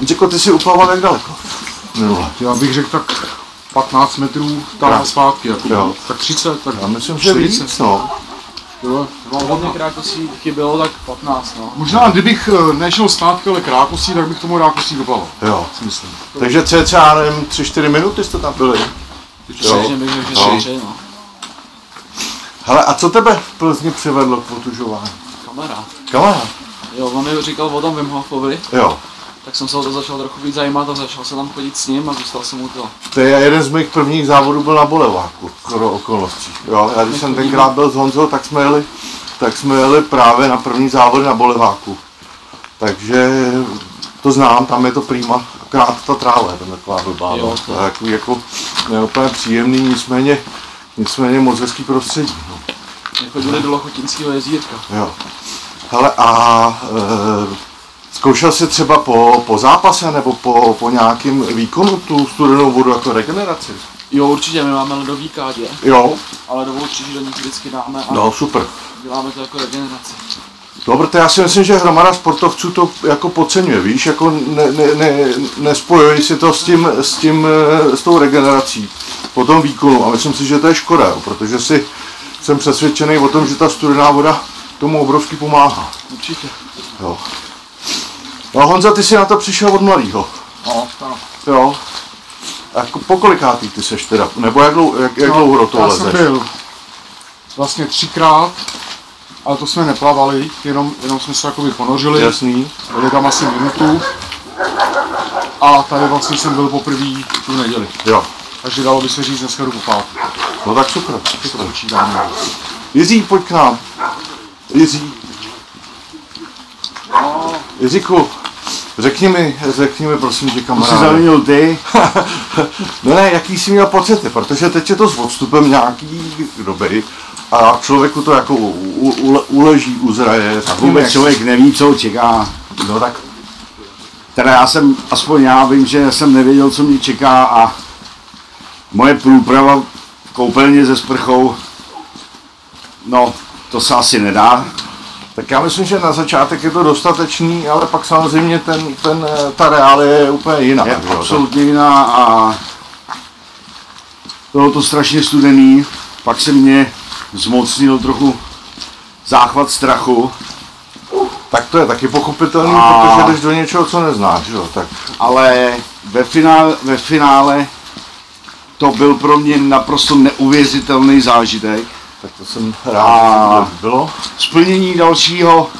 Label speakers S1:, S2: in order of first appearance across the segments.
S1: Gdzie koty się upawa tak daleko? Było.
S2: Já bych řekl tak 15 metrů tam
S1: Jo.
S2: zpátky, jako,
S1: Jo.
S2: tak 30, tak
S1: Já myslím, že víc, no.
S2: jo, jo.
S3: Hodně krákosí chybělo tak 15, no.
S2: Možná kdybych eh, nešel zpátky, ale krákosí, tak bych tomu rákosí doplaval,
S1: Jo.
S2: si myslím.
S1: Takže cca, nevím, 3-4 minuty jste tam byli. Jo.
S3: Že bych řekl, že
S1: No.
S3: čtyři, no.
S1: Hele, a co tebe v Plzni přivedlo k potužování?
S3: Kamarád.
S1: Kamarád.
S3: Jo, on mi říkal o tom Wim Hofovi,
S1: Jo.
S3: tak jsem se o to začal trochu víc zajímat a začal se tam chodit s ním a zůstal jsem u toho.
S1: To je jeden z mých prvních závodů byl na Boleváku, skoro okolností. Jo, já když jsem tenkrát byl s Honzou, tak jsme jeli, tak jsme jeli právě na první závody na Boleváku. Takže to znám, tam je to prima, akorát ta tráva je tam taková blbá, no.
S3: Jo,
S1: to je jako, jako neúplně příjemný, nicméně, nicméně moc hezký prostředí. No.
S3: My chodili do Lochotinského jezírka.
S1: Jo. Hele, a e, zkoušel jsi třeba po, po zápase nebo po, po nějakém výkonu tu studenou vodu jako regeneraci?
S3: Jo, určitě, my máme ledový kádě,
S1: Jo,
S3: ale dovou kříži do nich vždycky dáme a
S1: no super.
S3: děláme to jako regeneraci.
S1: No, protože já si myslím, že hromada sportovců to jako podceňuje, víš, jako ne, ne, ne, nespojují si to s tím, s tím, eh, s tou regenerací po tom výkonu a myslím si, že to je škoda, jo, protože si jsem přesvědčený o tom, že ta studená voda tomu obrovsky pomáhá.
S3: Určitě.
S1: Jo. No a Honza, ty jsi na to přišel od mladýho,
S2: No, tak.
S1: jo. A ko- po kolikátý ty seš teda, nebo jak, dlou, jak, jak dlouho do toho
S2: No, já jsem
S1: lezeš?
S2: byl vlastně třikrát, ale to jsme neplavali, jenom, jenom jsme se jakoby ponořili,
S1: Jasný,
S2: byli tam asi minutu. A tady vlastně jsem byl poprvé tu neděli.
S1: jo.
S2: Takže dalo by se říct dneska jdu po pátku,
S1: No tak super,
S2: to se
S1: super.
S2: počítáme.
S1: Jiří, pojď k nám. Jiří. Jiříku, řekni mi, řekni mi prosím tě
S4: Jsi
S1: kamaráde.
S4: zavinil ty,
S1: No ne, jaký jsi měl pocity, protože teď je to s odstupem nějaký doby a člověku to jako u, u, ule- uleží, uzraje.
S4: a
S1: Vím, jak
S4: vůbec člověk neví, co ho čeká.
S1: jsi- No tak,
S4: Teda já jsem, aspoň já vím, že jsem nevěděl, co mě čeká a moje průprava v koupelně ze sprchou, no, to se asi nedá.
S1: tak já myslím, že na začátek je to dostatečný, ale pak samozřejmě ten, ten, eh, ta reálie je úplně jiná.
S4: Je
S1: že jo,
S4: absolutně jiná a bylo to strašně studený. Pak se mě zmocnil trochu záchvat strachu,
S1: Tak to je taky pochopitelný,
S4: A-
S1: protože jdeš do něčeho, co neznáš, jo, tak
S4: ale ve finále, ve finále to byl pro mě naprosto neuvěřitelný zážitek.
S1: Tak to jsem rád,
S4: A-
S5: Ah.
S1: že to bylo.
S4: Splnění dalšího,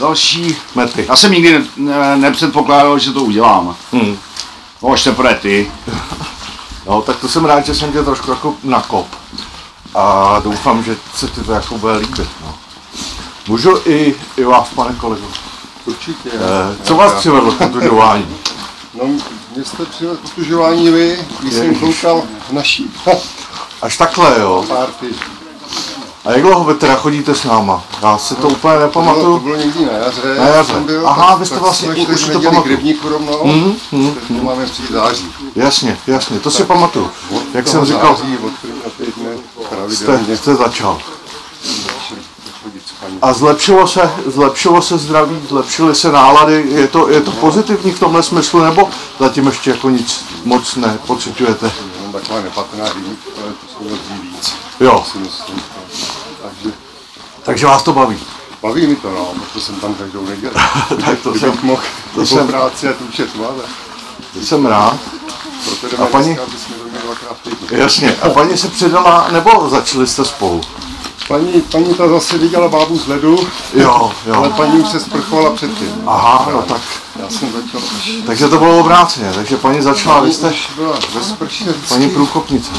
S4: další,
S1: Mety.
S4: já jsem nikdy ne, ne, nepředpokládal, že to udělám.
S1: Hmm.
S4: No až teprve ty.
S1: No, tak to jsem rád, že jsem tě trošku jako nakop. A doufám, že se ti to jako bude líbit. No. Můžu i, i vás, pane kolego.
S5: Určitě.
S1: Eh, co vás přivedlo k tužování?
S5: No, mě jste přivedl k utužování vy, když jsem
S1: Ježiš.
S5: koukal na naší
S1: Až takhle, jo.
S5: party.
S1: A jak dlouho vy teda chodíte s náma? Já si to úplně
S5: To
S1: nepamatuju.
S5: bylo někdy na jaře.
S1: Na jaře.
S5: jsem byl,
S1: Aha,
S5: tak-
S1: vy jste
S5: tak
S1: vlastně-
S5: jsme šli
S1: už si to
S5: neděli
S1: pamatuju.
S5: k rybníku rovnou,
S1: Mhm, mhm,
S5: takže to máme přijít září.
S1: Jasně, jasně, to si pamatuju.
S5: Od
S1: Jak
S5: toho
S1: jsem říkal,
S5: Září, od prvního týdne
S1: jste,
S5: pravidelně
S1: jste začal.
S5: chodit s paní.
S1: A zlepšilo se, zlepšilo se zdraví, zlepšily se nálady, je to, je to pozitivní v tomhle smyslu, nebo zatím ještě jako nic moc nepocitujete?
S5: Jenom taková nepatrná rybník, ale to jsou hodně víc.
S1: Jo,
S5: si myslím. Takže
S1: takže vás to baví.
S5: baví mi to, no, protože jsem tam každou neděli.
S1: Tak to
S5: Kdybych
S1: jsem-
S5: mohl
S1: to
S5: to
S1: jsem-
S5: po práci a tu četla, ale
S1: Jsem rád.
S5: proto
S1: A
S5: jdeme
S1: paní?
S5: dneska, aby jsme byli dvakrát týdně.
S1: Jasně. A paní se přidala, nebo začali jste spolu?
S5: Paní, paní ta zase viděla bábu z ledu,
S1: Jo,
S5: ale
S1: jo.
S5: paní už se sprchovala předtím.
S1: Aha, no tak.
S5: Já jsem začal až...
S1: Takže to bylo obráceně. Takže paní začala, vy jste
S5: už byla ve sprše
S1: paní
S5: paní...
S1: průkopnice.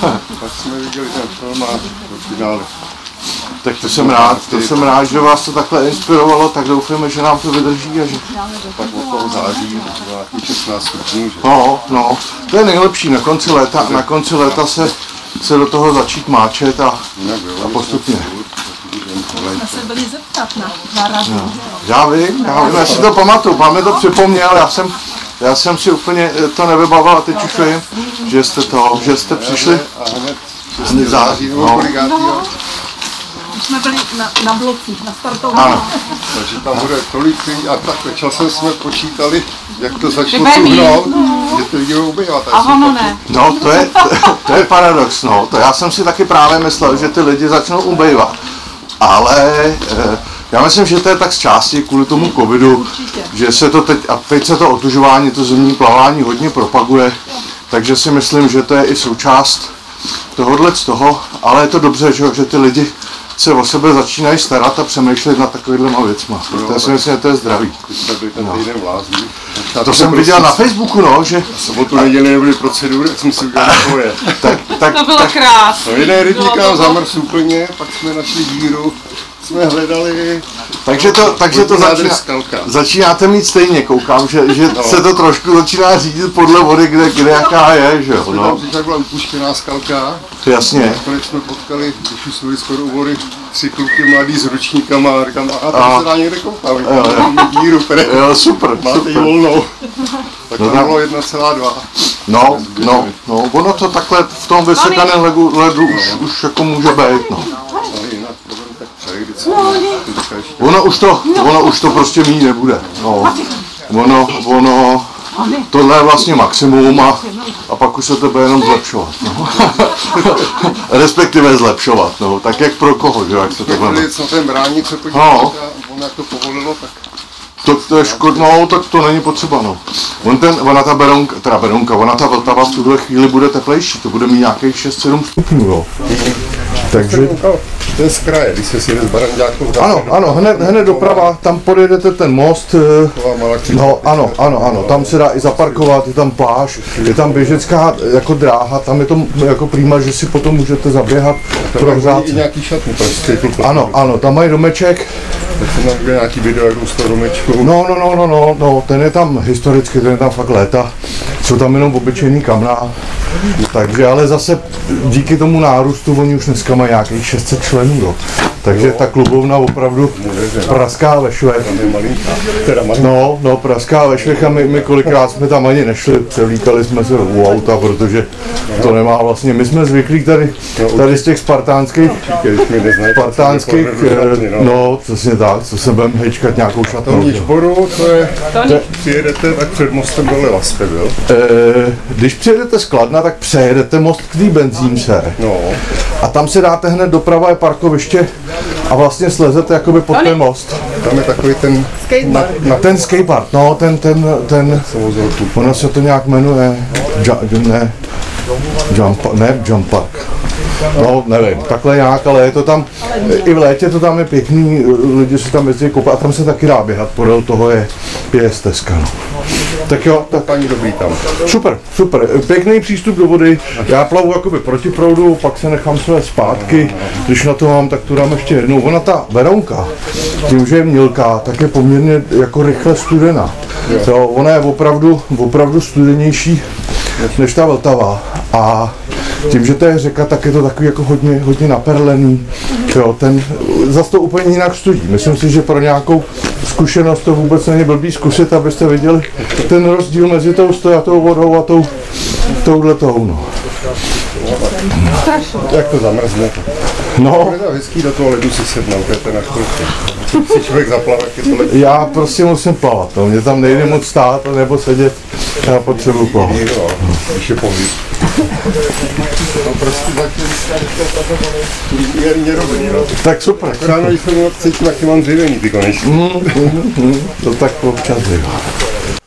S5: tak jsme viděli ten film a do finále.
S1: Tak to jsem rád, to jsem rád, že vás to takhle inspirovalo, tak doufejme, že nám to vydrží a že...
S5: Pak od toho září, to bylo nějakých 16 stupňů, že
S1: No, no, to je nejlepší, na konci léta, na konci léta se, se do toho začít máčet a
S5: jinak bylo. A
S1: postupně.
S6: Jsme se byli zeptat na dva razy.
S1: já vím, já vím, já si to pamatuju, máme to připomněl, já jsem, Já jsem si úplně eh, to nevybavil a teď už vím, že jste to, že jste přišli.
S5: A hned
S1: Hned za-
S5: září nebo
S1: no.
S5: kolikátý,
S6: No, už jsme byli na, na blocích, na
S1: Ano.
S6: startování.
S5: takže tam bude tolik lidí a tak časem jsme počítali, jak to začne
S6: bude mít,
S5: tuhnout,
S6: No.
S5: že ty lidi budou ubývat.
S6: A ono ne.
S1: No, to je, to je paradox, no. To já jsem si taky právě myslel, že ty lidi začnou ubejvat. Ale eh, já myslím, že to je tak z části kvůli tomu covidu,
S6: Určitě.
S1: že se to teď, a teď se to otužování, to zemní plavání hodně propaguje, takže si myslím, že to je i součást tohohle z toho, ale je to dobře, že, jo, že ty lidi se o sebe začínají starat a přemýšlet nad takovýma věcma. To si myslím, že to je zdravý.
S5: My jsme byli ten týden v lázní.
S1: No. A to jsem viděl na Facebooku, no, že
S5: Sobotu neděli nebyly procedury, tak jsme si udělali svoje.
S1: tak, tak
S6: To bylo krásné.
S5: No jeden rybník
S6: Bylo to-
S5: nám zamrz úplně, pak jsme našli díru, jsme hledali,
S1: Takže to, takže to
S5: Vojtěch
S1: začíná,
S5: Skalka.
S1: začínáte mít stejně, koukám, že, že no. se to trošku začíná řídit podle vody, kde, kde jaká je, že jo,
S5: no. tam
S1: no,
S5: přišla byla upuštěná skalka,
S1: jasně.
S5: nakonec jsme potkali, když už jsme byli skoro u vody, tři kluky mladý s ručníkama a říkám, aha,
S1: A.
S5: tam se dá někde koupat, my tam máme díru, které
S1: Jo, super,
S5: máte ji
S1: super.
S5: volnou. Tak
S1: No
S5: to
S1: tak-
S5: bylo 1,2.
S1: No, no, no, ono to takhle v tom vysekaném ledu, ledu už, už jako může být, no.
S5: Ale jinak to bylo tak přehrdice. Teďka ještě
S1: Ono už to, ono už to prostě mít nebude, no. Ono, ono, tohle je vlastně maximum a, a pak už se to bude jenom zlepšovat, no. Respektive zlepšovat, no, tak jak pro koho, že jo, jak se to veme.
S5: byli, co ten bráník se
S1: No.
S5: podíval, a on jak to povolilo, tak
S1: To, to je škodno, tak to není potřeba, no. On ten, ona ta beronka, teda beronka, ona ta Vltava v tuhle chvíli bude teplejší, to bude mít nějakých 6-7 stupňů, jo. Takže,
S5: koukal, to je z kraje, když se sjede s baranďákou, tam
S1: ano, ano, hned, hned doprava, tam pojedete ten most, eh,
S5: taková malá křička.
S1: No, ano, ano, ano, tam se dá i zaparkovat, je tam pláž, je tam běžecká eh, jako dráha, tam je to jako prýma, že si potom můžete zaběhat, prohřát.
S5: I nějaký šatny, prostě kluk.
S1: Ano, ano, tam mají domeček,
S5: Tak jsem tam viděl nějaký video, jak dostal domečku.
S1: No, no, no, no, no, no, ten je tam historicky, ten je tam fakt léta. Jsou tam jenom obyčejný kamna. Takže ale zase díky tomu nárůstu oni už dneska mají nějakých 600 členů. Jo. Takže ta klubovna opravdu praská ve švech.
S5: Je malinká, teda malinká.
S1: No, no, praská ve švech a my, my kolikrát jsme tam ani nešli, převlíkali jsme se u auta, protože to nemá vlastně, my jsme zvyklí tady, tady z těch spartánských
S5: Když mi neznají,
S1: spartánských,
S5: tak se mi povrhnu šatny,
S1: eh, no, přesně tak, co se budeme hečkat nějakou
S5: To
S1: šatnou.
S5: níž
S1: že jo.
S5: boru, to je, přijedete, tak před mostem doleva jste byl.
S1: Eh, když přijedete z Kladna, tak přejedete most k té benzínce
S5: No,
S1: a tam si dáte hned doprava je parkoviště a vlastně slezete jakoby pod ten most.
S5: tam je takový ten, na, na
S1: Ten skatepark, no, ten, ten, ten,
S5: vozovku.
S1: ono se to nějak jmenuje, Ju- ne, jump, ne, jump park. No, nevím, takhle nějak, ale je to tam, i v létě to tam je pěkný, lidi si tam jezdí koupat a tam se taky dá běhat, podél toho je, je stezka, no. Tak jo, tak
S5: Paní dobrý tam.
S1: Super, super. Pěkný přístup do vody. Já plavu jakoby proti proudu, pak se nechám své zpátky. Když na to mám, tak tu dám ještě jednou. Ona ta veronka, tím, že je mělká, tak je poměrně jako rychle studená. Jo, ona je opravdu, opravdu studenější než ta Vltava. A tím, že to je řeka, tak je to takový jako hodně, hodně naperlený. Jo, ten zas to úplně jinak studí. Myslím si, že pro nějakou zkušenost to vůbec není blbý zkusit, abyste viděli ten rozdíl mezi tou stojatou vodou a tou touhle tou, no.
S5: Jak to zamrzne.
S1: no.
S5: To je to hezký do toho ledu si sednout, to je ten na chvilku. Si člověk zaplave, jak je to ledí.
S1: Já prostě musím plavat, no. Mě tam nejde moc stát nebo sedět, já potřebuji plavat.
S5: Jo, když je pohyb. Tam prostě taky výměrně rovný, no.
S1: Tak super,
S5: Ráno, když jsem měl cítím, jak mám dřevení, ty konečně.
S1: to tak občas je.